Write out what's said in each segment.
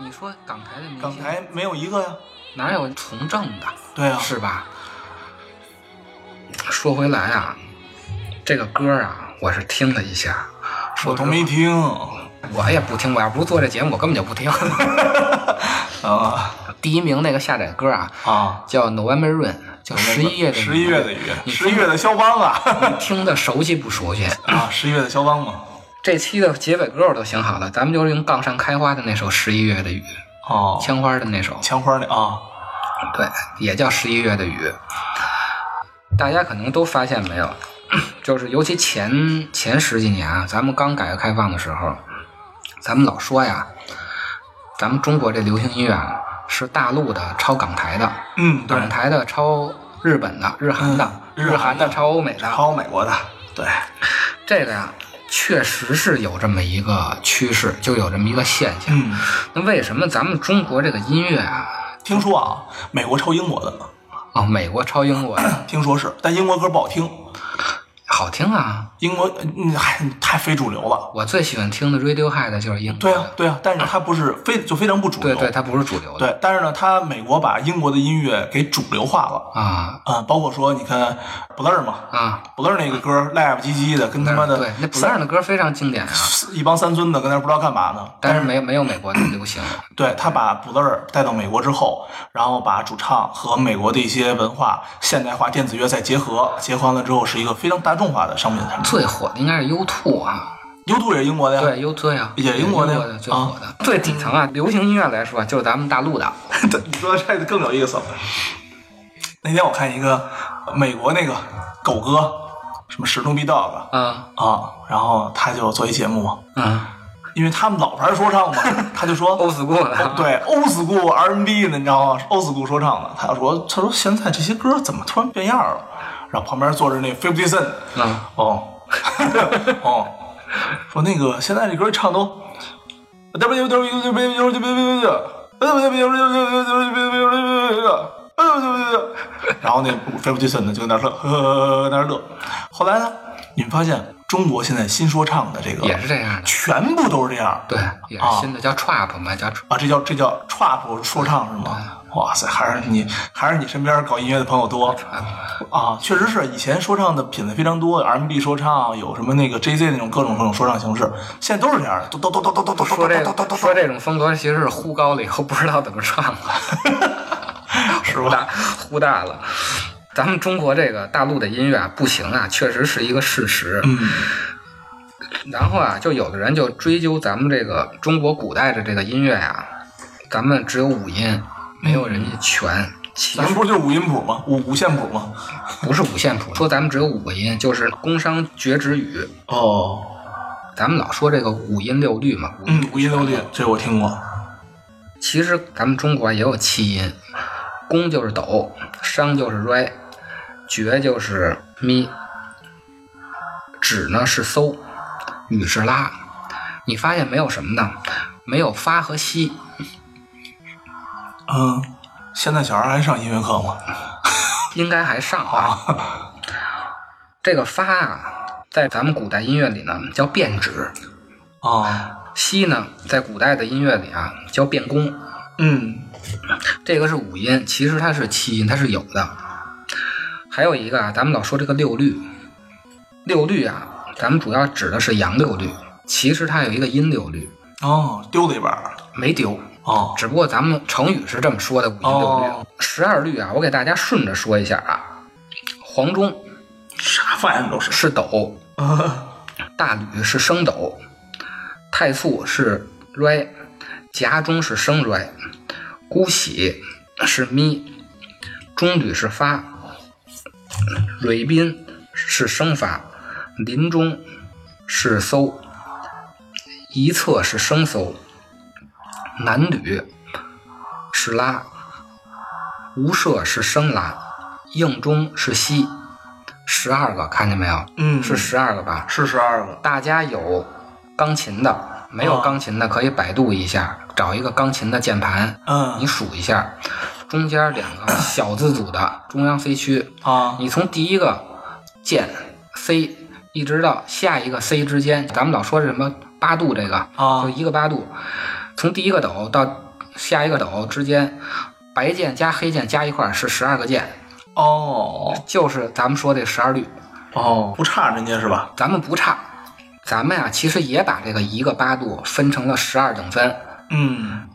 你说港台的明星，港台没有一个呀，哪有从政的？对啊，是吧？说回来啊，这个歌啊，我是听了一下，我都没听，我也不听。我要不是做这节目，我根本就不 听。啊，第一名那个下载歌啊，啊，叫《November Rain》，叫十一月的十一月的雨，雨，你十一月的肖邦啊，你听的熟悉不熟悉？啊，十一月的肖邦嘛，这期的结尾歌我都想好了，咱们就用杠上开花的那首《十一月的雨》，哦，枪花的那首，枪花那啊，对，也叫《十一月的雨》。大家可能都发现没有， 就是尤其前前十几年啊，咱们刚改革开放的时候，咱们老说呀，咱们中国这流行音乐啊是大陆的抄港台的，嗯，对，港台的抄日本的、日韩的、嗯日日韩的的抄欧美的，抄美国的，对，这个呀，确实是有这么一个趋势，就有这么一个现象。嗯，那为什么咱们中国这个音乐啊，听说啊，美国抄英国的呢，哦，美国抄英国的听说是，但英国歌不好听， 好听啊？英国，嗯， 还太非主流了，我最喜欢听的 Radiohead 就是英国对的，啊，对啊，但是它不是非就非常不主嗯对流，对，它不是主流的啊对，但是呢，它美国把英国的音乐给主流化了，啊啊，包括说你看 Blur 嘛，啊，不乐那个歌儿赖不唧唧的，跟他妈的嗯对，那不三浪的歌非常经典啊，一帮三孙子跟那儿不知道干嘛呢。但是没没有美国的流行。啊对他把不乐带到美国之后，然后把主唱和美国的一些文化现代化电子乐再结合，结合完了之后是一个非常大众化的商品产品。最火的应该是 U2 啊， U t 也是英国的呀，对 U2 呀，啊也是英英国的呀的最火的，最底层啊，流行音乐来说就是咱们大陆的，对， 你说这个更有意思了。那天我看一个美国那个狗哥，什么史努比 dog 啊啊，然后他就做一节目嘛，啊因为他们老牌说唱嘛，他就 说，old school 的，对欧 l 故 R&B 的，你知道吗？欧 l 故说唱的，他说他说现在这些歌怎么突然变样了？然后旁边坐着那 Fifty Cent，啊。哦 哦，说那个现在这歌唱都 W W W W W W W。然后那 Fifty Cent 就在那乐，呵，在那乐。后来呢，你们发现中国现在新说唱的这个也是这样的，全部都是这样，对，也是新的，叫 trap 嘛，叫 tr- 啊，这叫这叫 trap 说唱是吗？哇塞，还是你还是你身边搞音乐的朋友多啊！确实是，以前说唱的品类非常多，R&B 说唱有什么那个 JZ 那种各种各种说唱形式，现在都是这样的，都都都都都都都说都这都都个都说这种风格其实是忽高了以后不知道怎么 唱了，是吧？忽大忽大了。咱们中国这个大陆的音乐啊，不行啊，确实是一个事实。嗯然后啊，就有的人就追究咱们这个中国古代的这个音乐呀、咱们只有五音，没有人家全。其咱实们不是就是五音谱吗？五五线谱吗？不是五线谱，说咱们只有五个音，就是工商角徵羽。哦，咱们老说这个五音六律嘛，五音嗯，五音六律，这我听过。其实咱们中国也有七音，弓就是哆，商就是 re，角就是咪，指呢是搜，雨是拉。你发现没有什么呢？没有发和西，嗯，现在小孩还上音乐课吗？应该还上啊。这个发啊，在咱们古代音乐里呢叫变指，啊，西呢在古代的音乐里啊叫变弓。嗯，这个是五音，其实它是七音，它是有的。还有一个啊，咱们老说这个六律，六律啊，咱们主要指的是阳六律，其实它有一个阴六律，哦，丢了一半儿。没丢。哦，只不过咱们成语是这么说的，五音六律哦，十二律啊，我给大家顺着说一下啊。黄钟啥反应都 是。是斗，啊大吕是升斗，太素是 re，夹中是升衰，姑喜是咪，中吕是发，蕊宾是升发，临中是搜，一侧是升搜，南吕是拉，无舍是升拉，应中是西，十二个，看见没有？嗯是十二个吧？是十二个，大家有钢琴的，没有啊钢琴的可以百度一下，找一个钢琴的键盘，嗯你数一下，中间两个小字组的中央 C 区，啊，你从第一个键 C 一直到下一个 C 之间，咱们老说什么八度这个，啊就一个八度，从第一个斗到下一个斗之间，白键加黑键加一块儿是十二个键，哦就是咱们说这十二律。哦，不差人家是吧？咱们不差，咱们呀、其实也把这个一个八度分成了十二等分，嗯，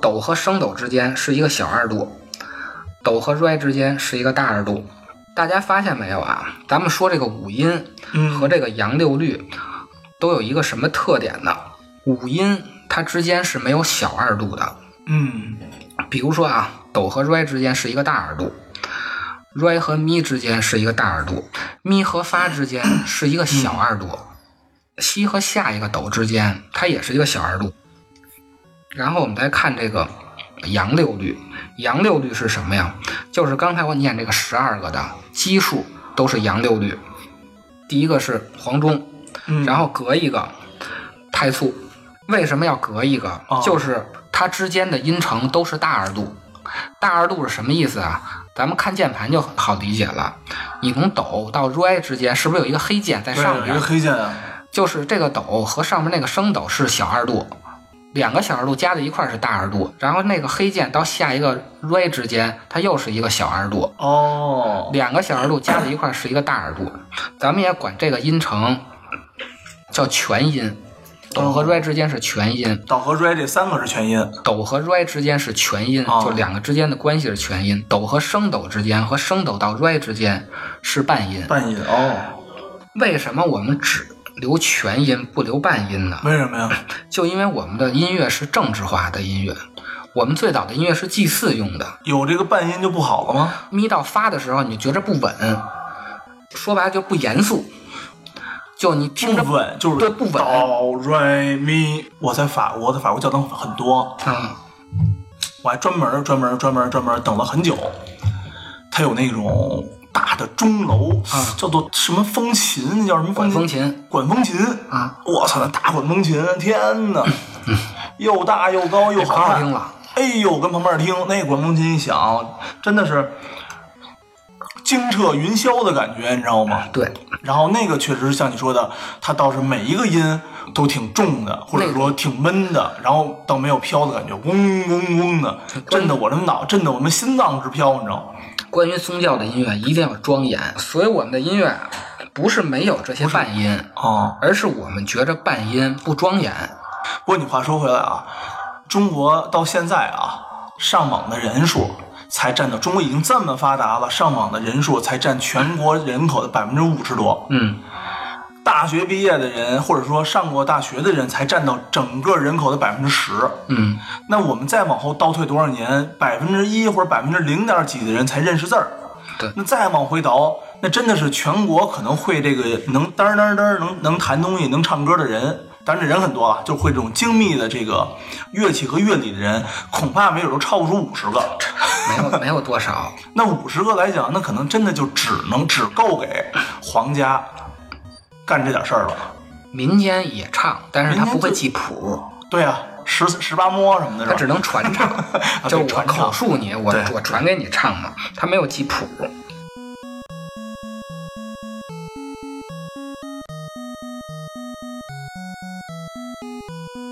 斗和升斗之间是一个小二度，斗和 r 之间是一个大二度。大家发现没有啊？咱们说这个五音嗯和这个阳六律都有一个什么特点呢？五音它之间是没有小二度的，嗯比如说啊，斗和 r 之间是一个大耳度，r 和咪之间是一个大耳度，咪和发之间是一个小二度，西和下一个斗之间它也是一个小二度。然后我们再看这个阳六律，阳六律是什么呀？就是刚才我念这个十二个的基数都是阳六律，第一个是黄钟，嗯，然后隔一个太素。为什么要隔一个？哦就是它之间的音程都是大二度。大二度是什么意思啊？咱们看键盘就好理解了。你从斗到 r 之间是不是有一个黑键在对上有面一个？黑键啊，就是这个斗和上面那个升斗是小二度，两个小二度加在一块儿是大二度，然后那个黑键到下一个 r 之间，它又是一个小二度。哦，两个小耳度加在一块儿是一个大耳度，咱们也管这个音程叫全音。斗和 r 之间是全音，岛和 r 这三个是全音，斗和 r 之间是全音，哦就两个之间的关系是全音。斗和升斗之间和升斗到 r 之间是半音。半音哦，为什么我们只留全音不留半音呢？为什么呀？就因为我们的音乐是政治化的音乐，我们最早的音乐是祭祀用的，有这个半音就不好了吗？咪到发的时候，你就觉着不稳，说白了就不严肃，就你听着不稳就是对不稳哆瑞咪。我在法国，在法国教堂很多，啊，我还专门专门专门专门等了很久。它有那种大的钟楼，啊叫做什么风琴？那叫什么管风嗯风琴？琴管风琴啊！我操，那大管风琴，天 哪！又大又高又可好好看听，了，哎呦，跟旁边听那管风琴一响，真的是惊彻云霄的感觉，你知道吗？对，然后那个确实是像你说的，它倒是每一个音都挺重的，或者说挺闷的，然后倒没有飘的感觉，嗡嗡嗡的，震得我这脑震得我们心脏直飘，你知道吗？关于宗教的音乐一定要庄严，所以我们的音乐不是没有这些半音，哦，而是我们觉着半音不庄严。不过你话说回来啊，中国到现在啊，上网的人数才占到中国已经这么发达了，上网的人数才占全国人口的百分之五十多。嗯，大学毕业的人，或者说上过大学的人，才占到整个人口的百分之十。嗯，那我们再往后倒退多少年，百分之一或者百分之零点几的人才认识字儿。对那再往回倒，那真的是全国可能会这个能噔儿噔儿噔儿能能弹东西、能唱歌的人，当然这人很多啊，就会这种精密的这个乐器和乐理的人，恐怕没准都超不出五十个。没有没有 多少，那五十个来讲，那可能真的就只能只够给皇家干这点事儿了。民间也唱，但是他民间不会就记谱，对啊，十十八摸什么的他是只吧？，能传唱 啊就对我传唱口述你，我对我传给你唱嘛，他没有记谱。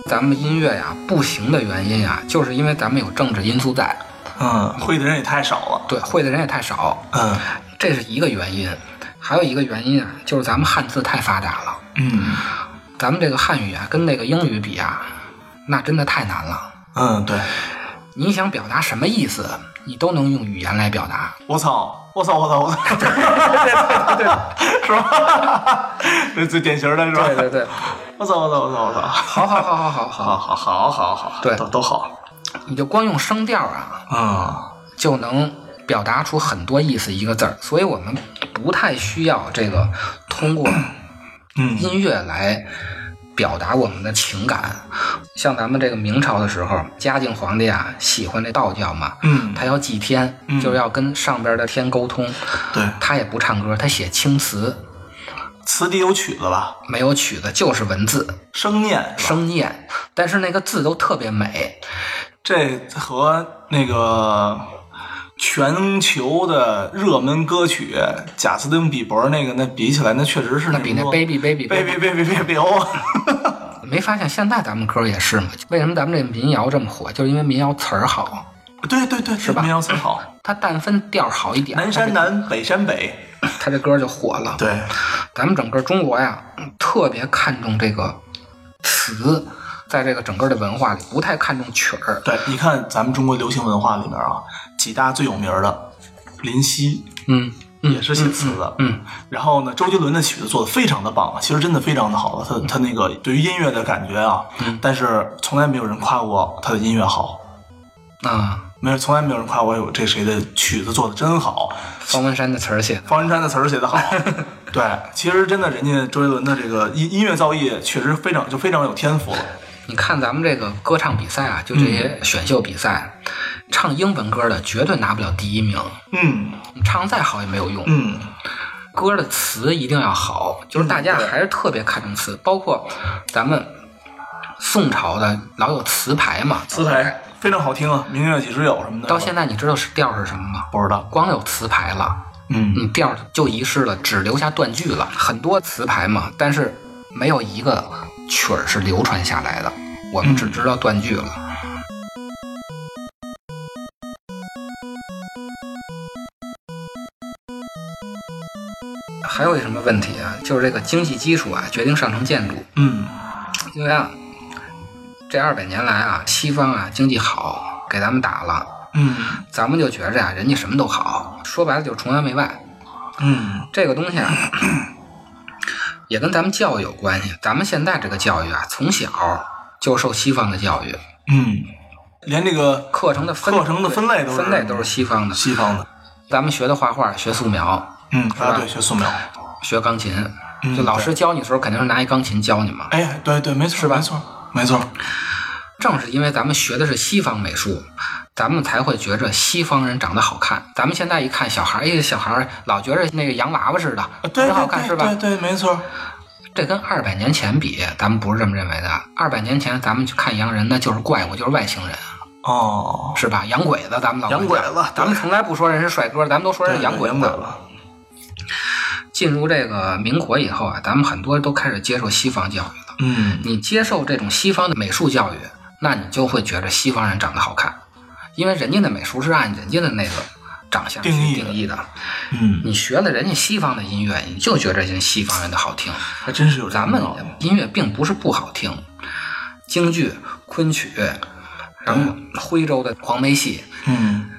咱们音乐呀不行的原因呀，就是因为咱们有政治因素在，嗯，会的人也太少了。对，会的人也太少，嗯这是一个原因。还有一个原因啊，就是咱们汉字太发达了，嗯咱们这个汉语啊跟那个英语比啊，那真的太难了。嗯，对，你想表达什么意思，你都能用语言来表达。 我操！我操！我操！我操！对是吧？这最典型的是吧？对对对，我操！我操！我操！我操！好好好好好好好，好好好好，对都都好。你就光用声调啊，嗯，就能表达出很多意思一个字儿。所以我们不太需要这个通过嗯音乐来表达我们的情感。像咱们这个明朝的时候，嘉靖皇帝啊喜欢这道教嘛，嗯，他要祭天，嗯就要跟上边的天沟通。对，他也不唱歌，他写青词，词底有曲子吧？没有曲子，就是文字声念是吧？声念，但是那个字都特别美。这和那个全球的热门歌曲贾斯汀比伯那个那比起来，那确实是那比那种 baby baby baby baby baby o 没发现现在咱们歌也是吗？为什么咱们这民谣这么火？就是因为民谣词儿好，对对对，是吧民谣词好，它但分调儿好一点，南山南，北山北，它这歌就火了。对，咱们整个中国呀，嗯特别看重这个词，在这个整个的文化里不太看重曲儿。对，你看咱们中国流行文化里面啊，几大最有名的，林夕嗯也是写词的，嗯，然后呢，周杰伦的曲子做的非常的棒，啊其实真的非常的好，啊他嗯他那个对于音乐的感觉啊，但是从来没有人夸过他的音乐好，啊，没有从来没有人夸过有这谁的曲子做的真好，方文山的词儿写的方文山的词儿写 的好，对，其实真的人家周杰伦的这个音音乐造诣确实非常就非常有天赋了，你看咱们这个歌唱比赛啊，就这嗯些选秀比赛，唱英文歌的绝对拿不了第一名，嗯你唱再好也没有用。嗯，歌的词一定要好，就是大家还是特别看重词，包括咱们宋朝的老有词牌嘛，词牌非常好听啊，明月几时有什么的，到现在你知道是调是什么吗？不知道，光有词牌了，嗯你调就遗失了，只留下断句了。很多词牌嘛，但是没有一个曲儿是流传下来的，我们只知道断句了。还有一什么问题啊？就是这个经济基础啊，决定上层建筑。嗯因为啊，这二百年来啊，西方啊经济好，给咱们打了，嗯咱们就觉着呀、人家什么都好，说白了就是崇洋媚外。嗯这个东西啊，也跟咱们教育有关系。咱们现在这个教育啊，从小就受西方的教育，嗯，连这个课程的分课程的分类都是分类都是西方的。西方的，咱们学的画画，学素描，嗯，啊对，学素描，学钢琴，嗯就老师教你的时候，肯定是拿一钢琴教你嘛。哎，对对，没错，没错，没错，啊正是因为咱们学的是西方美术，咱们才会觉着西方人长得好看。咱们现在一看小孩儿，哎，小孩儿老觉着那个洋娃娃似的，啊对很好看对是吧？对对，没错，这跟二百年前比，咱们不是这么认为的。二百年前咱们去看洋人，那就是怪物，就是外星人，哦，是吧？洋鬼子，咱们老管洋鬼叫子咱们从来不说人是帅哥，咱们都说人是洋洋鬼鬼子。了，进入这个民国以后啊，咱们很多都开始接受西方教育了。嗯你接受这种西方的美术教育，那你就会觉得西方人长得好看，因为人家的美术是按人家的那个长相去定义的定义的。嗯，你学了人家西方的音乐，你就觉得人家西方人的好听。还真是有这咱个们道理音乐并不是不好听，京剧、昆曲，然后徽州的黄梅戏，嗯，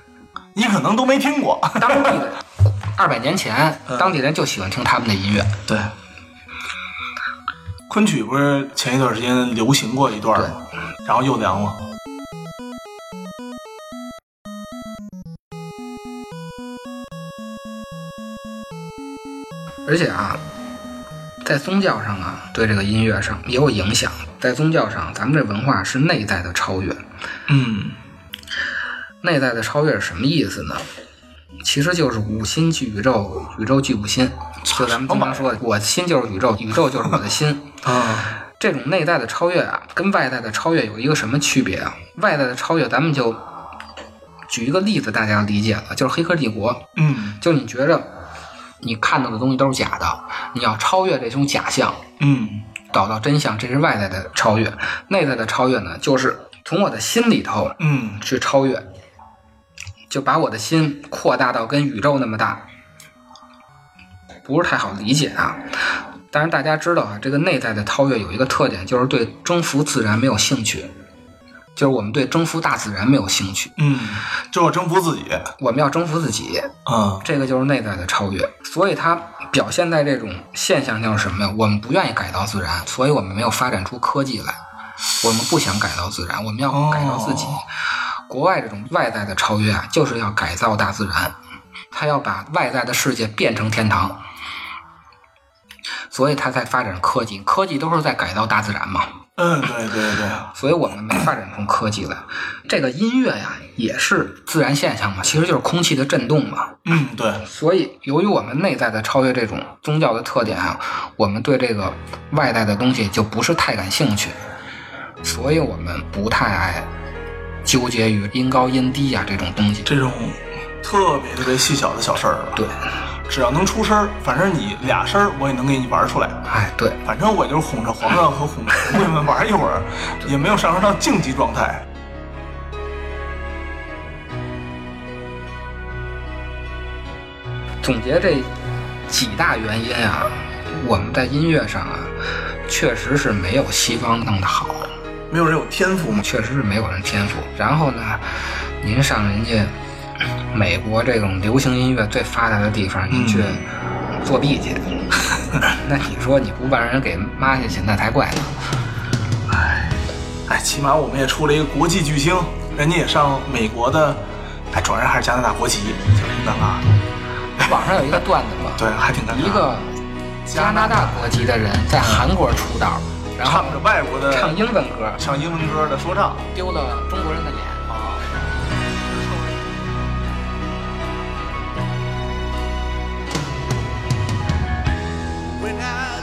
你可能都没听过， 当地的二百年前，当地人就喜欢听他们的音乐。对。昆曲不是前一段时间流行过一段吗？然后又凉了。而且啊，在宗教上啊，对这个音乐上也有影响。在宗教上，咱们这文化是内在的超越。嗯内在的超越是什么意思呢？其实就是五心聚宇宙，宇宙聚五心。就咱们经常说的，我的心就是宇宙，宇宙就是我的心。啊，这种内在的超越啊，跟外在的超越有一个什么区别啊？外在的超越，咱们就举一个例子，大家理解了，就是《黑客帝国》，嗯就你觉着你看到的东西都是假的，你要超越这种假象，嗯找到真相，这是外在的超越。内在的超越呢，就是从我的心里头嗯，去超越，就把我的心扩大到跟宇宙那么大，不是太好理解啊。但是大家知道啊，这个内在的超越有一个特点，就是对征服自然没有兴趣。就是我们对征服大自然没有兴趣，嗯，就是征服自己，我们要征服自己，嗯这个就是内在的超越。所以它表现在这种现象就是什么呀？我们不愿意改造自然，所以我们没有发展出科技来，我们不想改造自然，我们要改造自己。哦国外这种外在的超越啊，就是要改造大自然，他要把外在的世界变成天堂。所以他才发展科技，科技都是在改造大自然嘛。嗯，对对对，所以我们没发展出科技来。这个音乐呀，也是自然现象嘛，其实就是空气的震动嘛。嗯对，所以，由于我们内在的超越这种宗教的特点啊，我们对这个外在的东西就不是太感兴趣，所以我们不太爱纠结于音高音低啊这种东西。这种特别特别细小的小事儿吧，对，只要能出声儿，反正你俩声儿我也能给你玩儿出来。哎，对，反正我就是哄着皇上和哄着红卫们玩一会 儿，也没有上升到竞技状态。总结这几大原因啊，我们在音乐上啊，确实是没有西方弄得好。没有人有天赋吗？确实是没有人天赋。然后呢，您上人家美国这种流行音乐最发达的地方，您去嗯作弊去， 那你说你不把人给抹下去，那才怪呢。哎，起码我们也出了一个国际巨星，人家也上美国的，哎，主要人还是加拿大国籍，就是尴尬。网上有一个段子嘛，对，还挺尴尬。一个加拿大国籍的人在韩国出道，然后唱着外国的唱英文歌，唱英文歌的说唱，丢了中国人的脸。 when I